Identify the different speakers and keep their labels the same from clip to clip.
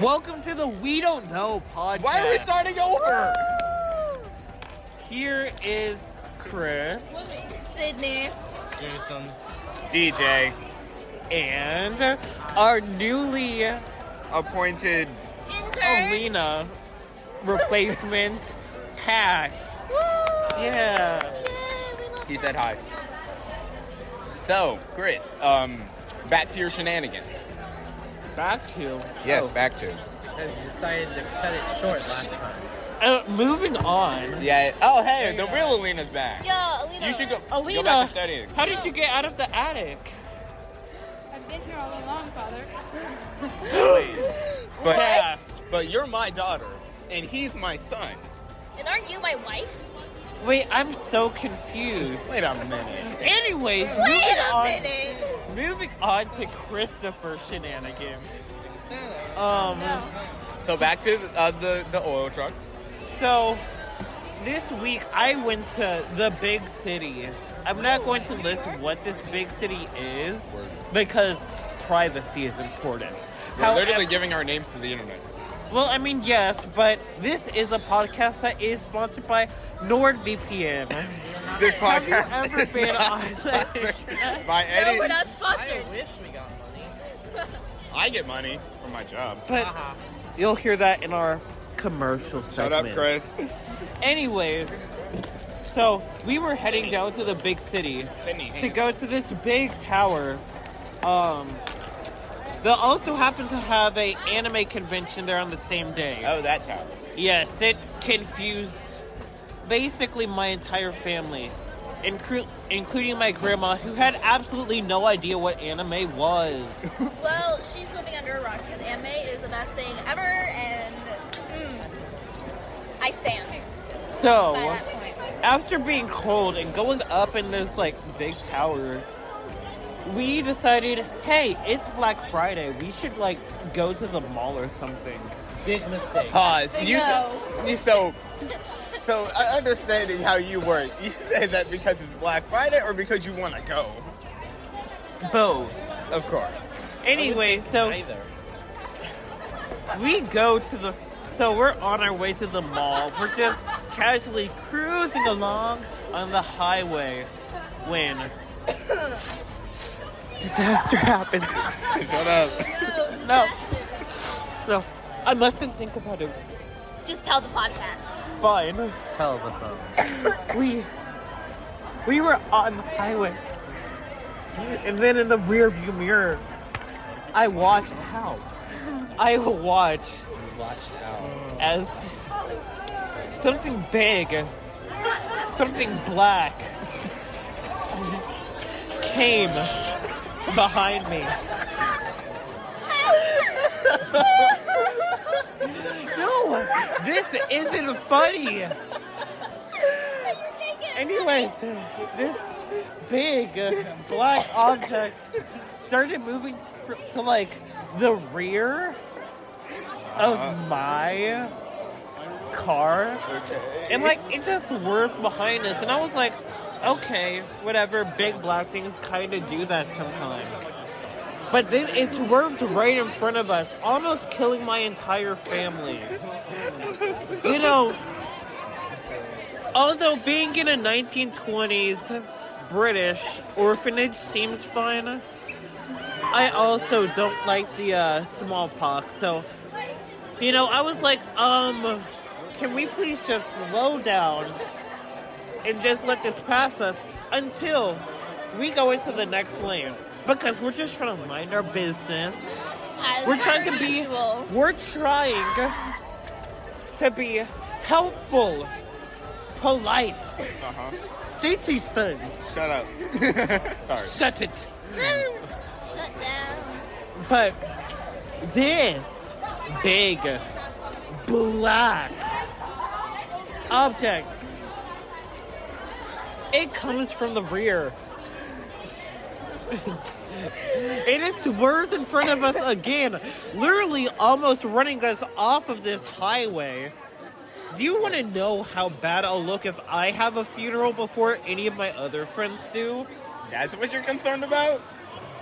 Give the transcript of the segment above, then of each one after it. Speaker 1: Welcome to the We Don't Know podcast.
Speaker 2: Why are we starting over?
Speaker 1: Here is Chris
Speaker 3: Sydney.
Speaker 4: Jason. DJ.
Speaker 1: and our newly
Speaker 2: Appointed.
Speaker 3: Intern.
Speaker 1: Alina replacement, Pax. Yeah.
Speaker 4: He said hi. So, Chris, um, back to your shenanigans. Oh.
Speaker 1: Back to.
Speaker 2: Yes, back to.
Speaker 5: Because you decided to cut it short last time.
Speaker 1: Uh, moving on.
Speaker 4: Yeah. Oh, hey, the real Alina's back.
Speaker 3: Yeah, Alina.
Speaker 4: You should go, go back
Speaker 1: Alina,
Speaker 4: to studying.
Speaker 1: how did you get out of the attic?
Speaker 6: I've been here all along, Father.
Speaker 2: But
Speaker 1: Pax.
Speaker 4: But you're my daughter, and he's my son.
Speaker 3: And aren't you my wife?
Speaker 1: Wait, I'm so confused.
Speaker 4: Wait a minute.
Speaker 1: Anyways,
Speaker 3: Wait
Speaker 1: moving
Speaker 3: a
Speaker 1: on.
Speaker 3: minute.
Speaker 1: Moving on to Christopher shenanigans. Um.
Speaker 4: So back to the, uh, the, the oil truck.
Speaker 1: So this week I went to the big city. I'm not going to list what this big city is
Speaker 4: Word.
Speaker 1: because privacy is important.
Speaker 4: We're literally
Speaker 1: However,
Speaker 4: giving our names to the internet.
Speaker 1: well, I mean, yes, but this is a podcast that is sponsored by NordVPN.
Speaker 2: this
Speaker 1: Have you
Speaker 2: podcast
Speaker 1: ever
Speaker 2: is
Speaker 1: been
Speaker 2: not
Speaker 1: on that?
Speaker 2: by
Speaker 3: We're
Speaker 2: any.
Speaker 3: not
Speaker 5: I
Speaker 3: sponsored.
Speaker 5: wish we got money.
Speaker 4: I get money from my job.
Speaker 1: But
Speaker 5: Haha.
Speaker 1: you'll hear that in our commercial
Speaker 2: Shut
Speaker 1: segment.
Speaker 2: up, Chris.
Speaker 1: Anyways, so we were heading down to the big city.
Speaker 4: Sydney,
Speaker 1: to
Speaker 4: hang
Speaker 1: go to this big tower. Um, they also happen to have a anime convention there on the same day.
Speaker 4: on. Oh, that tower.
Speaker 1: Yes, it confused basically my entire family, incru- including my grandma, who had absolutely no idea what anime was.
Speaker 3: Well, she's living under a rock because anime is the best thing ever, and mm, I stand by
Speaker 1: So,
Speaker 3: that point.
Speaker 1: after being cold and going up in this like big tower, we decided, hey, it's Black Friday. We should like go to the mall or something.
Speaker 5: Big mistake.
Speaker 4: Pause. You,
Speaker 3: No.
Speaker 4: you so so uh, understanding how you work. You say that because it's Black Friday or because you want to go?
Speaker 1: Both.
Speaker 4: Of course.
Speaker 1: Anyway, so
Speaker 5: Neither.
Speaker 1: we go to the. So we're on our way to the mall. We're just casually cruising along on the highway when disaster happens.
Speaker 4: Shut up.
Speaker 1: No. So I mustn't think about it.
Speaker 3: Just tell the podcast.
Speaker 1: Fine.
Speaker 5: Telephone.
Speaker 1: We we were on the highway, and then in the rearview mirror, I watch out. I watch
Speaker 5: Watched out.
Speaker 1: as something big, something black came behind me. No, this isn't funny. Anyways, this big black object started moving to, to like the rear of my car
Speaker 4: Okay.
Speaker 1: and like it just whirred behind us and i was like okay whatever big black things kind of do that sometimes but then it swerved right in front of us almost killing my entire family you know although being in a 1920s british orphanage seems fine i also don't like the uh, smallpox so you know i was like um can we please just slow down and just let this pass us until we go into the next lane? Because we're just trying to mind our business.
Speaker 3: As
Speaker 1: We're trying to be
Speaker 3: usual.
Speaker 1: we're trying to be helpful, polite,
Speaker 4: Uh-huh.
Speaker 1: city sons.
Speaker 4: Shut up. Sorry.
Speaker 1: Shut it.
Speaker 3: Shut down.
Speaker 1: But this big black object, it comes from the rear. and it swerves in front of us again, literally almost running us off of this highway. Do you want to know how bad I'll look if I have a funeral before any of my other friends do?
Speaker 4: That's what you're concerned about?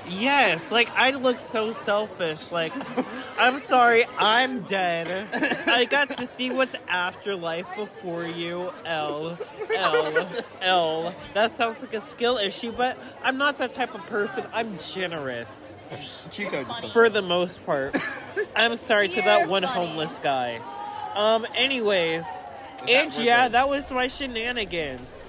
Speaker 7: Yes, like I look so selfish. Like, I'm sorry, I'm dead. I got to see what's afterlife before you. L, L, L. That sounds like a skill issue, but I'm not that type of person. I'm generous
Speaker 2: Chico just
Speaker 3: Funny.
Speaker 7: for the most part. I'm sorry to that
Speaker 3: You're
Speaker 7: one
Speaker 3: funny.
Speaker 7: homeless guy. Um, anyways, and
Speaker 4: worth
Speaker 7: yeah,
Speaker 4: it?
Speaker 7: that was my shenanigans.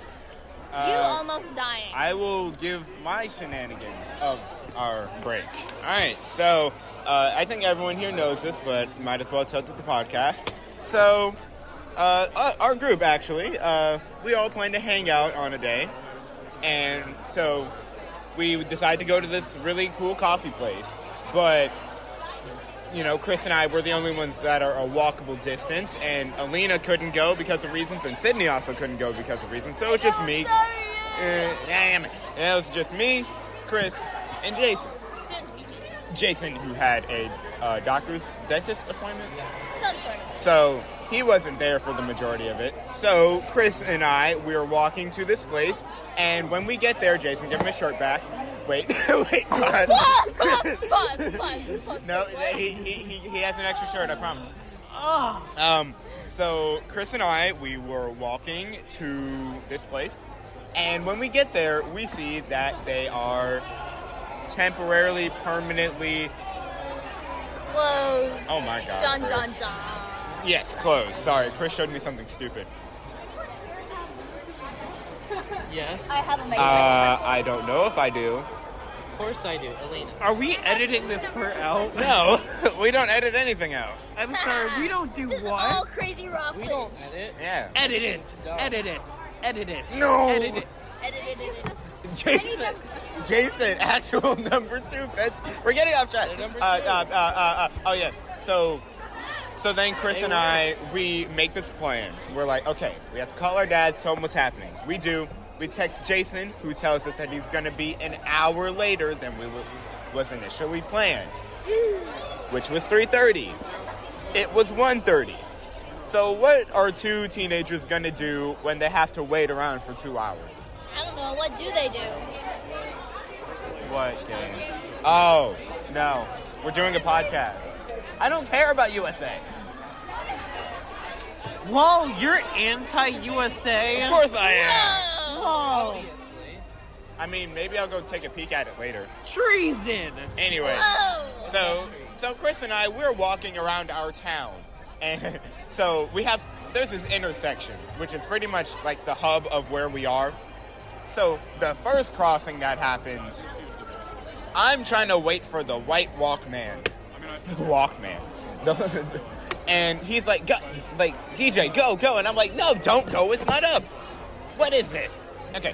Speaker 3: you
Speaker 4: Uh,
Speaker 3: almost dying.
Speaker 4: I will give my shenanigans of our break. All right, so uh, I think everyone here knows this, but might as well tell it to the podcast. So, uh, our- our group actually, uh, we all plan to hang out on a day, and so we decide to go to this really cool coffee place. But you know, Chris and I were the only ones that are a walkable distance, and Alina couldn't go because of reasons, and Sydney also couldn't go because of reasons. So it's just me. Uh, damn it. And That was just me, Chris, and Jason.
Speaker 3: Soon to be Jason.
Speaker 4: Jason, who had a uh, doctor's dentist appointment.
Speaker 3: Some sort of.
Speaker 4: So he wasn't there for the majority of it. So Chris and I, we were walking to this place, and when we get there, Jason, give him his shirt back. Wait, wait, pause.
Speaker 3: Pause, pause, pause, pause, pause.
Speaker 4: No,
Speaker 3: What?
Speaker 4: he, he, he, he has an extra shirt, I promise.
Speaker 3: Ah.
Speaker 7: Oh,
Speaker 4: Um, so Chris and I, we were walking to this place, and when we get there, we see that they are temporarily, permanently,
Speaker 3: Closed.
Speaker 4: oh my god,
Speaker 3: Dun
Speaker 4: Chris.
Speaker 3: dun dun.
Speaker 4: Yes, closed. Sorry, Chris showed me something stupid.
Speaker 1: Yes.
Speaker 3: I have a
Speaker 4: Uh,
Speaker 3: makeup.
Speaker 4: I don't know if I do.
Speaker 1: Of course I do, Elena.
Speaker 7: are we editing this part out?
Speaker 4: No, we don't edit anything out.
Speaker 7: I'm sorry, we don't do
Speaker 3: This is all
Speaker 7: what?
Speaker 3: crazy raw
Speaker 1: We
Speaker 3: footage.
Speaker 1: don't edit.
Speaker 4: Yeah.
Speaker 7: Edit it. Edit it. Edit it.
Speaker 4: No.
Speaker 7: Edit it.
Speaker 3: Edited it. in.
Speaker 4: Jason, Jason, actual number two pets. We're getting off track.
Speaker 1: They're number
Speaker 4: Uh, uh,
Speaker 1: two.
Speaker 4: uh, uh, uh, oh yes. So, so then Chris and I we make this plan. We're like, okay, we have to call our dads, tell them what's happening. We do. We text Jason, who tells us that he's gonna be an hour later than we w- was initially planned, which was 3:30. It was 1:30. So what are two teenagers gonna do when they have to wait around for two hours?
Speaker 3: I don't know. What do they do?
Speaker 4: What game? Oh, no. We're doing a podcast. I don't care about USA.
Speaker 7: Whoa, you're anti-USA.
Speaker 4: Of course I am.
Speaker 3: Oh.
Speaker 1: Obviously.
Speaker 4: I mean, maybe I'll go take a peek at it later.
Speaker 7: Treason.
Speaker 4: Anyway,
Speaker 3: Oh.
Speaker 4: so so Chris and I we're walking around our town. And so we have there's this intersection, which is pretty much like the hub of where we are. So the first crossing that happens, I'm trying to wait for the white Walkman. Walkman. The- and he's like, go, like DJ, go, go, and I'm like, no, don't go, it's not up. What is this? Okay.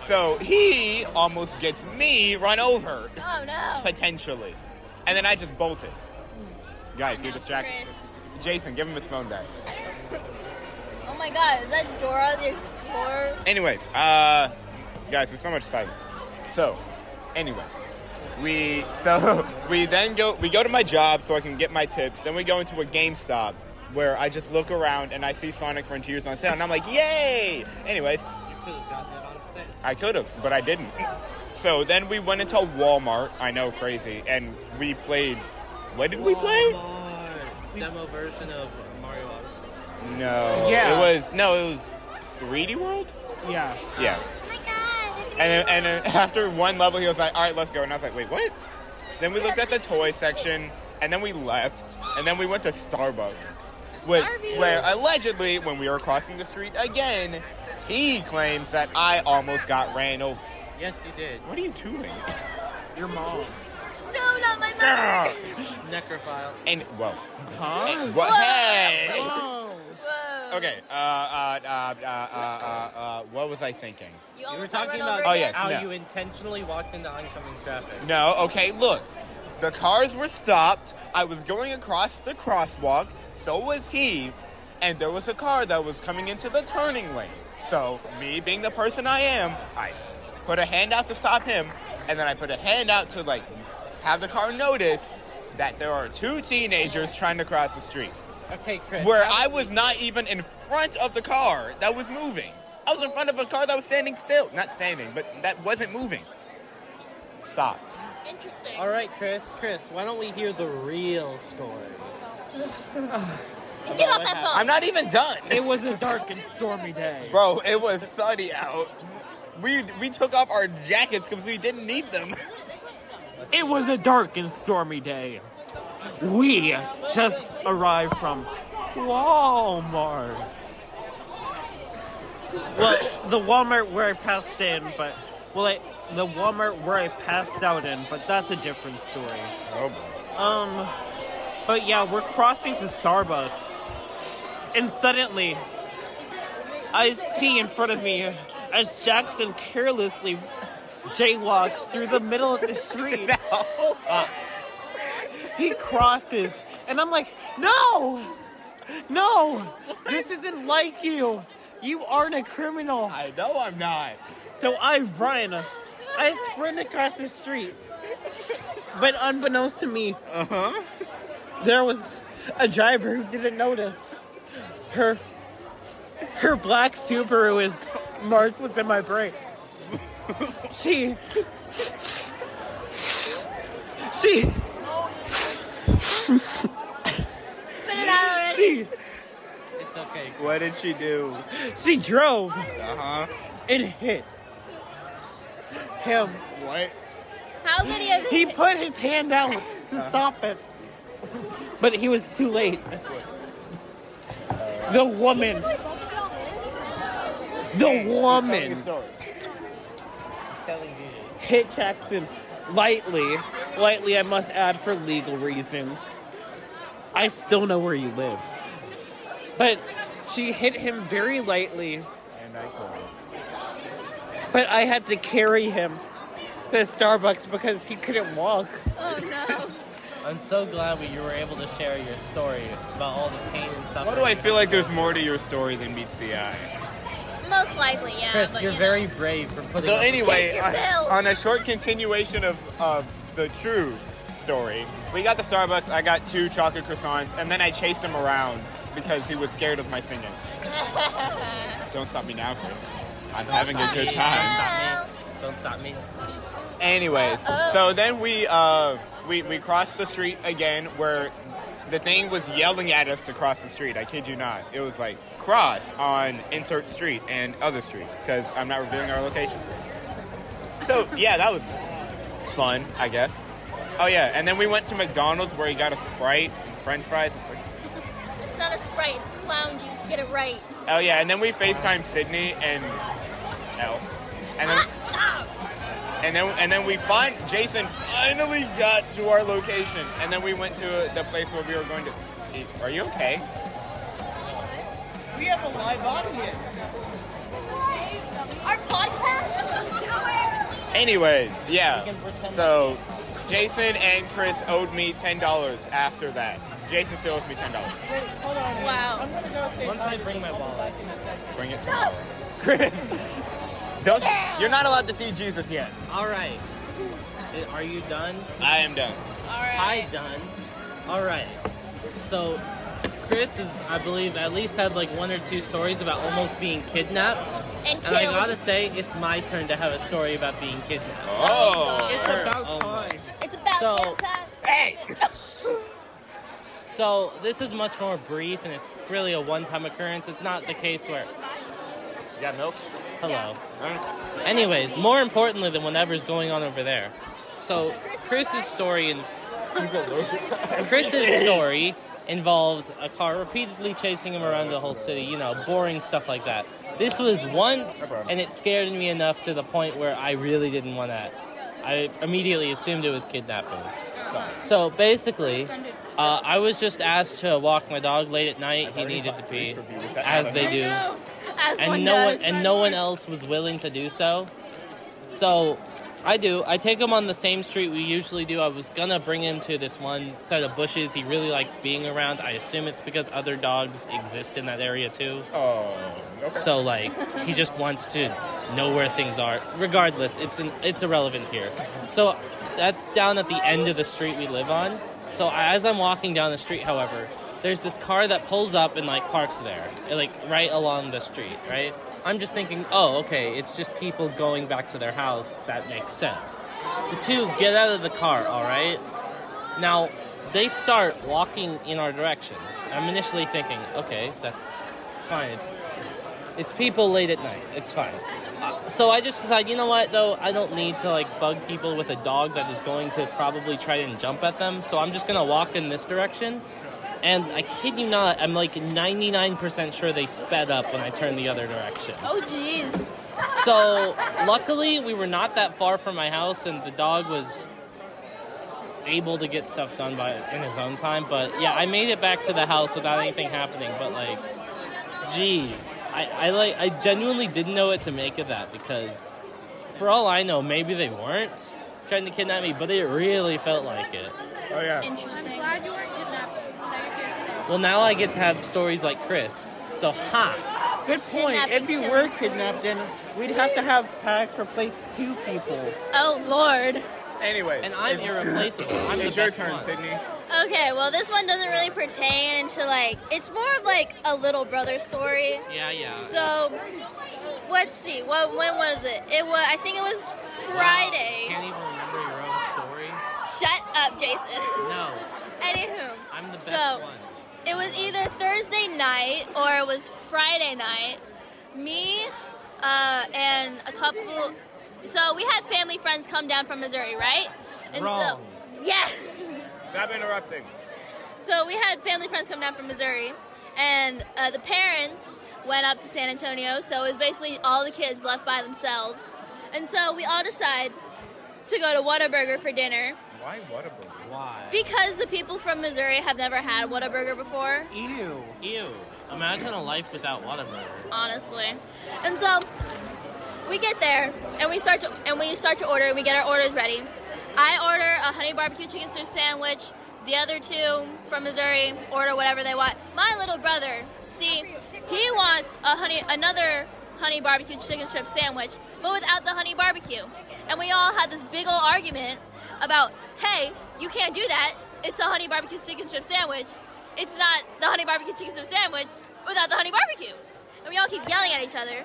Speaker 4: So he almost gets me run over,
Speaker 3: Oh no.
Speaker 4: potentially, and then I just bolted. Guys, you're
Speaker 3: No,
Speaker 4: distracted.
Speaker 3: Chris.
Speaker 4: Jason, give him his phone back.
Speaker 3: Oh my god, is that Dora the Explorer?
Speaker 4: Anyways, uh, guys, there's so much silence. So, anyways, we so we then go we go to my job so I can get my tips. Then we go into a GameStop where I just look around and I see Sonic Frontiers on sale, and I'm like, yay! Anyways,
Speaker 1: You could have gotten it on set.
Speaker 4: I could have, but I didn't. So then we went into Walmart. I know, crazy, and we played. What did we
Speaker 1: Walmart.
Speaker 4: play?
Speaker 1: Oh, Demo version of Mario Odyssey.
Speaker 4: No.
Speaker 7: Yeah.
Speaker 4: It was no. It was 3D World.
Speaker 7: Yeah.
Speaker 4: Yeah.
Speaker 3: Oh my god. look
Speaker 4: And
Speaker 3: at
Speaker 4: then, and then after one level, he was like, "All right, let's go." And I was like, "Wait, what?" Then we looked at the toy section, and then we left, and then we went to Starbucks, which,
Speaker 3: Starbucks.
Speaker 4: where allegedly, when we were crossing the street again, he claims that I almost got ran over.
Speaker 1: Yes, you did.
Speaker 4: What are you doing?
Speaker 7: Your mom.
Speaker 3: it. No, not my mom.
Speaker 4: Grr!
Speaker 1: Necrophile.
Speaker 4: and well,
Speaker 7: Huh?
Speaker 4: what? Hey!
Speaker 7: Whoa.
Speaker 3: Whoa.
Speaker 4: Okay. Uh, uh, uh, uh, uh, uh, uh, what was I thinking?
Speaker 3: You
Speaker 1: You were
Speaker 3: almost got
Speaker 1: talking
Speaker 3: run
Speaker 1: about
Speaker 3: over
Speaker 4: Oh,
Speaker 3: again.
Speaker 4: yes,
Speaker 1: how
Speaker 4: no.
Speaker 1: you intentionally walked into oncoming traffic.
Speaker 4: No, okay, look. The cars were stopped. I was going across the crosswalk. So was he. And there was a car that was coming into the turning lane. So, me being the person I am, I s- put a hand out to stop him. And then I put a hand out to, like, have the car notice that there are two teenagers trying to cross the street.
Speaker 1: Okay, Chris.
Speaker 4: Where I was not even in front of the car that was moving. I was in front of a car that was standing still. Not standing, but that wasn't moving. stops.
Speaker 3: Interesting.
Speaker 1: All right, Chris. Chris, why don't we hear the real story?
Speaker 3: Get off
Speaker 1: what
Speaker 3: that
Speaker 1: happened?
Speaker 3: phone.
Speaker 4: I'm not even done.
Speaker 7: It was a dark and stormy day.
Speaker 4: Bro, it was sunny out. We we took off our jackets because we didn't need them.
Speaker 7: It was a dark and stormy day. We just arrived from Walmart. Well, the Walmart where I passed in, but well, I, the Walmart where I passed out in, but that's a different story.
Speaker 4: Oh boy.
Speaker 7: Um, but yeah, we're crossing to Starbucks, and suddenly I see in front of me as Jackson carelessly jaywalks through the middle of the street. He crosses, and I'm like, no, no, this isn't like you. You aren't a criminal.
Speaker 4: I know I'm not.
Speaker 7: So I run. I sprint across the street. But unbeknownst to me,
Speaker 4: Uh huh.
Speaker 7: there was a driver who didn't notice. Her her black Subaru is marked within my brake. She She
Speaker 3: Spit it out already.
Speaker 7: she
Speaker 1: It's okay.
Speaker 4: What did she do?
Speaker 7: she drove
Speaker 4: Uh huh.
Speaker 7: and hit him.
Speaker 4: What?
Speaker 3: How could he have?
Speaker 7: He put his hand out to stop it, but he was too late. The woman, the woman
Speaker 1: He's telling you.
Speaker 7: hit Jackson lightly. Lightly, I must add, for legal reasons. I still know where you live. But she hit him very lightly,
Speaker 4: And I called.
Speaker 7: but I had to carry him to Starbucks because he couldn't walk.
Speaker 8: Oh no.
Speaker 1: I'm so glad we, you were able to share your story about all the pain and suffering.
Speaker 4: Why do I feel like there's more to your story than meets the eye?
Speaker 3: Most likely, yeah.
Speaker 1: Chris,
Speaker 3: but,
Speaker 1: you're
Speaker 3: you know.
Speaker 1: very brave for putting.
Speaker 4: So
Speaker 1: up with
Speaker 4: anyway, uh,
Speaker 3: Take your
Speaker 4: on-
Speaker 3: pills.
Speaker 4: on a short continuation of, of the true story, we got the Starbucks. I got two chocolate croissants, and then I chased him around because he was scared of my singing. Don't stop me now, Chris. I'm having a
Speaker 3: stop
Speaker 4: good
Speaker 3: me
Speaker 4: time.
Speaker 3: now.
Speaker 1: Don't stop me.
Speaker 4: Anyways,
Speaker 3: Uh-oh.
Speaker 4: so then we uh, we we crossed the street again, where the thing was yelling at us to cross the street. I kid you not. It was like cross on insert street and other street because I'm not revealing our location. So yeah, that was fun, I guess. Oh yeah, and then we went to McDonald's where he got a Sprite and French fries.
Speaker 3: It's not a sprite. It's clown juice. Get it right.
Speaker 4: Oh yeah, and then we FaceTime Sydney and L. And then, and then and then we find Jason finally got to our location, and then we went to the place where we were going to eat. Are you okay?
Speaker 7: We have a live audience.
Speaker 3: Our podcast.
Speaker 4: Anyways, yeah. So Jason and Chris owed me ten dollars after that. Jason still owes me ten dollars.
Speaker 3: wow.
Speaker 1: Once I bring my wallet.
Speaker 4: Bring it to Chris. Don't you're not allowed to see Jesus yet.
Speaker 1: All right. Uh, Are you done?
Speaker 4: I am done.
Speaker 3: All right.
Speaker 1: I done. All right. So, Chris is, I believe, at least had like one or two stories about almost being kidnapped.
Speaker 3: and
Speaker 1: And I
Speaker 3: killed.
Speaker 1: gotta say, it's my turn to have a story about being kidnapped.
Speaker 4: Oh.
Speaker 7: It's about
Speaker 1: Almost.
Speaker 7: time.
Speaker 3: it's about
Speaker 1: So-
Speaker 3: damn time.
Speaker 4: Hey!
Speaker 1: So this is much more brief, and it's really a one-time occurrence. It's not the case where,
Speaker 4: You got milk?
Speaker 1: hello. Anyways, more importantly than whatever's going on over there. So Chris's story and Chris's story involved a car repeatedly chasing him around the whole city. You know, boring stuff like that. This was once, and it scared me enough to the point where I really didn't want to. I immediately assumed it was kidnapping. So basically, uh, I was just asked to walk my dog late at night. He needed to pee, as they do
Speaker 3: As one
Speaker 1: and no
Speaker 3: does.
Speaker 1: one and no one else was willing to do so. So I do. I take him on the same street we usually do. I was gonna bring him to this one set of bushes he really likes being around. I assume it's because other dogs exist in that area too.
Speaker 4: Oh. Okay.
Speaker 1: So like he just wants to know where things are. Regardless, it's an, it's irrelevant here. So that's down at the end of the street we live on. So as I'm walking down the street, however, there's this car that pulls up and like parks there, like right along the street, right? I'm just thinking, oh, okay, it's just people going back to their house. That makes sense. The two get out of the car, all right? Now, they start walking in our direction. I'm initially thinking, okay, that's fine. It's it's people late at night. It's fine. Uh, So I just decide, you know what though, I don't need to like bug people with a dog that is going to probably try and jump at them. So I'm just gonna walk in this direction. And I kid you not, I'm like 99% sure they sped up when I turned the other direction.
Speaker 3: Oh, jeez.
Speaker 1: So luckily, we were not that far from my house, and the dog was able to get stuff done by in his own time. But yeah, I made it back to the house without anything happening. But like, jeez, I, I like I genuinely didn't know what to make of that because, for all I know, maybe they weren't trying to kidnap me, but it really felt like it.
Speaker 4: Oh yeah.
Speaker 8: I'm
Speaker 3: Interesting.
Speaker 8: glad you weren't kidnapped. That
Speaker 1: Well, now I get to have stories like Chris. So ha,
Speaker 7: Good point.
Speaker 3: Kidnapping
Speaker 7: If you
Speaker 3: kills.
Speaker 7: were kidnapped, then we'd have to have Pax replace two people.
Speaker 3: Oh, Lord.
Speaker 4: Anyway.
Speaker 1: and I'm irreplaceable. I'm the
Speaker 4: it's your
Speaker 1: best
Speaker 4: turn,
Speaker 1: one.
Speaker 4: Sydney.
Speaker 3: Okay, well, this one doesn't really pertain to like, it's more of like a little brother story.
Speaker 1: Yeah, yeah.
Speaker 3: So, let's see. What when was it? It was. I think it was Friday.
Speaker 1: Can't even remember your own story.
Speaker 3: Shut up, Jason.
Speaker 1: No,
Speaker 3: Anywho,
Speaker 1: I'm the best
Speaker 3: so,
Speaker 1: one.
Speaker 3: It was either Thursday night or it was Friday night. Me uh, and a couple. So we had family friends come down from Missouri, right? And
Speaker 1: Wrong.
Speaker 3: so yes.
Speaker 4: Stop interrupting.
Speaker 3: So we had family friends come down from Missouri, and uh, the parents went up to San Antonio. So it was basically all the kids left by themselves, and so we all decide to go to Whataburger for dinner
Speaker 4: Why Whataburger?
Speaker 1: Why?
Speaker 3: because the people from Missouri have never had Whataburger before.
Speaker 7: Ew.
Speaker 1: Ew. Imagine a life without Whataburger.
Speaker 3: honestly. And so we get there and we start to and we start to order. We get our orders ready. I order a honey barbecue chicken soup sandwich. The other two from Missouri order whatever they want. My little brother, see, he wants a honey another honey barbecue chicken strip sandwich, but without the honey barbecue. And we all had this big old argument about, hey, you can't do that. It's a honey barbecue chicken strip sandwich. It's not the honey barbecue chicken strip sandwich without the honey barbecue. And we all keep yelling at each other,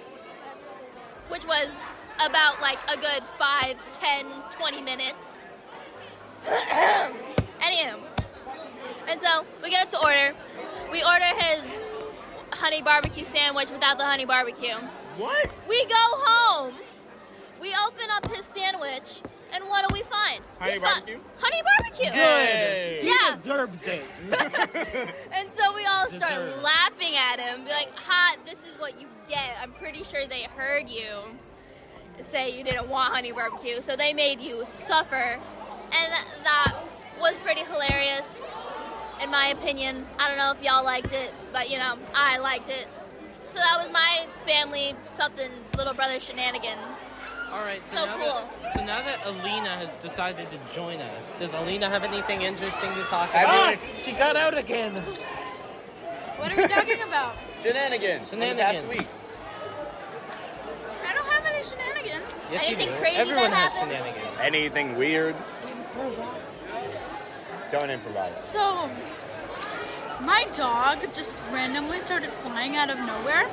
Speaker 3: which was about like a good 5, 10, 20 minutes. Anywho. And so we get up to order. We order his honey barbecue sandwich without the honey barbecue.
Speaker 4: What?
Speaker 3: We go home. We open up his sandwich, and what do we find?
Speaker 4: Honey
Speaker 3: we fi-
Speaker 4: barbecue?
Speaker 3: honey barbecue.
Speaker 7: Good. He
Speaker 3: Yeah.
Speaker 7: deserves it.
Speaker 3: And so we all start
Speaker 1: Deserved.
Speaker 3: laughing at him, be like, "Ha! This is what you get." I'm pretty sure they heard you say you didn't want honey barbecue, so they made you suffer, and th- that was pretty hilarious, in my opinion. I don't know if y'all liked it, but you know, I liked it. So that was my family something little brother shenanigan.
Speaker 1: All right. So,
Speaker 3: So
Speaker 1: now
Speaker 3: cool.
Speaker 1: That, so now that Alina has decided to join us, does Alina have anything interesting to talk
Speaker 2: I
Speaker 1: about?
Speaker 7: Ah, she got out again.
Speaker 8: kid- What are we talking about?
Speaker 2: Shenanigans. from the past
Speaker 1: Shenanigans.
Speaker 2: week.
Speaker 8: I don't have any shenanigans.
Speaker 1: Yes, you
Speaker 3: Anything
Speaker 1: do.
Speaker 3: crazy
Speaker 1: Everyone
Speaker 3: that
Speaker 1: has
Speaker 3: happened?
Speaker 1: shenanigans.
Speaker 4: Anything weird? Don't improvise.
Speaker 8: So, my dog just randomly started flying out of nowhere.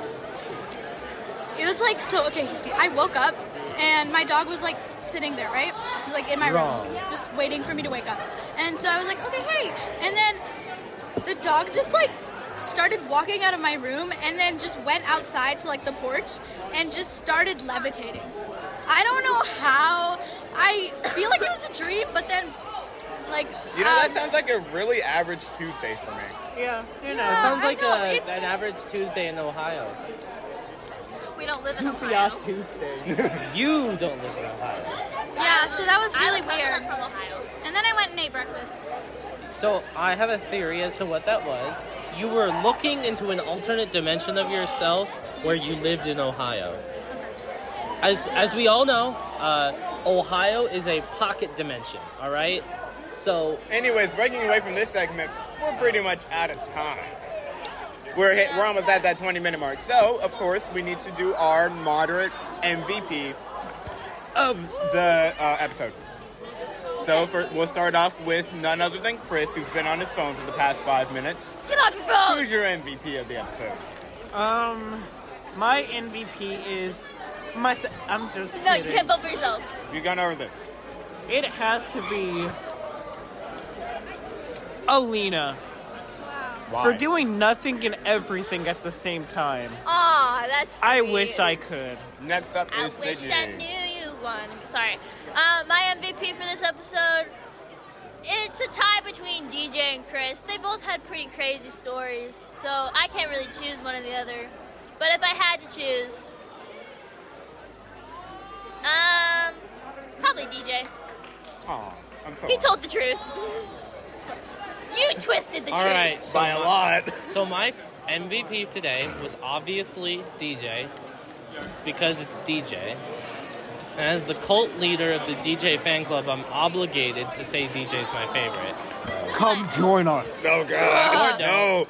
Speaker 8: It was like so. Okay, you see, I woke up and my dog was like sitting there, right? He was, Like in my
Speaker 1: Wrong.
Speaker 8: room, just waiting for me to wake up. And so I was like, okay, hey. And then the dog just like started walking out of my room and then just went outside to like the porch and just started levitating. I don't know how. I feel like it was a dream, but then like
Speaker 4: You know, that
Speaker 8: um,
Speaker 4: sounds like a really average Tuesday for me.
Speaker 7: Yeah, you
Speaker 3: Uh,
Speaker 7: know.
Speaker 1: It sounds
Speaker 8: I
Speaker 1: like
Speaker 8: know,
Speaker 1: a,
Speaker 8: it's-
Speaker 1: an average Tuesday in Ohio.
Speaker 3: We don't live in
Speaker 7: Goofy off
Speaker 3: Ohio.
Speaker 7: Tuesday.
Speaker 1: You don't live in Ohio.
Speaker 8: Yeah, so that was
Speaker 3: I
Speaker 8: really
Speaker 3: don't- I'm
Speaker 8: weird.
Speaker 3: not from Ohio.
Speaker 8: And then I went and ate breakfast.
Speaker 1: So I have a theory as to what that was. You were looking into an alternate dimension of yourself where you lived in Ohio. As as we all know, uh, Ohio is a pocket dimension. All right. So
Speaker 4: Anyways, breaking away from this segment, we're pretty much out of time. We're hit, we're almost at that 20 minute mark. So, of course, we need to do our moderate MVP of the uh, episode. So, for, we'll start off with none other than Chris, who's been on his phone for the past five minutes.
Speaker 3: Get off your phone.
Speaker 4: Who's your MVP of the episode?
Speaker 7: um, my MVP is my. I'm just.
Speaker 3: No, you
Speaker 7: kidding.
Speaker 3: can't vote for yourself.
Speaker 4: You've gone over this.
Speaker 7: It has to be Alina
Speaker 4: Why?
Speaker 7: for doing nothing and everything at the same time.
Speaker 3: Aw, that's.
Speaker 7: I
Speaker 3: sweet.
Speaker 7: wish I could.
Speaker 4: Next up
Speaker 3: I
Speaker 4: is
Speaker 3: wish I
Speaker 4: Sydney.
Speaker 3: knew you won. Sorry. Uh, my MVP for this episode. It's a tie between DJ and Chris. They both had pretty crazy stories, so I can't really choose one or the other. But if I had to choose, um, probably DJ.
Speaker 4: Aw, I'm so
Speaker 3: He told the truth. you twisted the
Speaker 1: All
Speaker 3: truth.
Speaker 1: right, so
Speaker 4: by a
Speaker 1: my-
Speaker 4: lot.
Speaker 1: So my MVP today was obviously DJ because it's DJ. And as the cult leader of the DJ fan club, I'm obligated to say DJ's my favorite.
Speaker 9: Come join us.
Speaker 4: So good. no.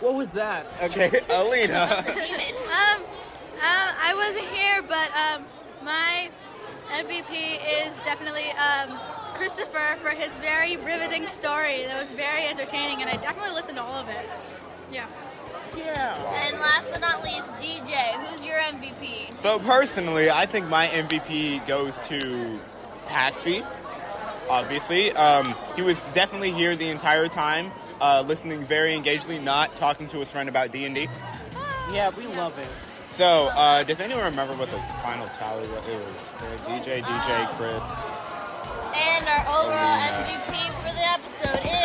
Speaker 7: What was that?
Speaker 4: Okay, Alina.
Speaker 3: Demon.
Speaker 8: Um, um, I wasn't here, but um, my MVP is definitely um, Christopher for his very riveting story. That was very entertaining, and I definitely listened to all of it. Yeah.
Speaker 3: And last but not least, DJ. Who's your MVP?
Speaker 4: so personally, I think my MVP goes to Patsy. Obviously, um, he was definitely here the entire time, uh, listening very engagedly, not talking to his friend about D and D.
Speaker 7: Yeah, we love it.
Speaker 4: So, uh, does anyone remember what the final tally was? It was uh, DJ, DJ, Chris.
Speaker 3: And our overall
Speaker 4: Alina.
Speaker 3: MVP for the episode is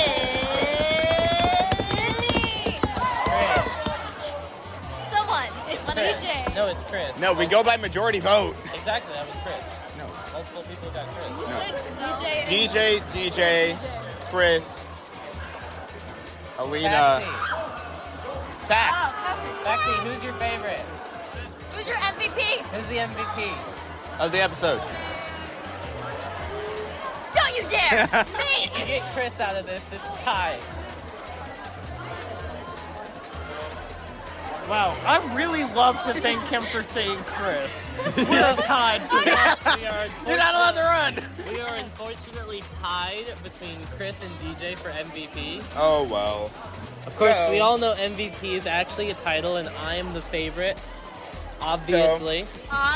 Speaker 3: someone. It's DJ.
Speaker 1: No, it's Chris.
Speaker 4: No, we go by majority vote.
Speaker 1: Exactly, that was Chris. No. Multiple people got Chris.
Speaker 4: DJ, DJ, Chris, Alina,
Speaker 1: Taxi.
Speaker 4: Pax.
Speaker 1: Taxi, who's your favorite?
Speaker 3: Who's your MVP?
Speaker 1: Who's the MVP?
Speaker 4: of the episode.
Speaker 3: Don't you
Speaker 1: You
Speaker 3: dare! Me.
Speaker 1: get Chris out of this, it's a tie.
Speaker 7: Wow, I really love to thank him for saying Chris. What a tie.
Speaker 1: we, are
Speaker 4: allowed to run.
Speaker 1: unfortunately- we are unfortunately tied between Chris and DJ for MVP.
Speaker 4: Oh well.
Speaker 1: Of course,
Speaker 4: So-
Speaker 1: we all know MVP is actually a title, and I am the favorite, obviously.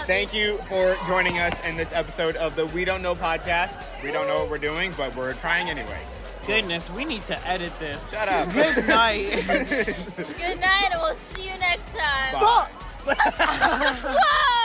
Speaker 4: Thank you for joining us in this episode of the We Don't Know podcast. We don't know what we're doing, but we're trying anyway.
Speaker 7: Goodness, we need to edit this.
Speaker 4: Shut up.
Speaker 7: Good night.
Speaker 3: Good night, and we'll see you next time.
Speaker 4: Bye.
Speaker 3: Whoa!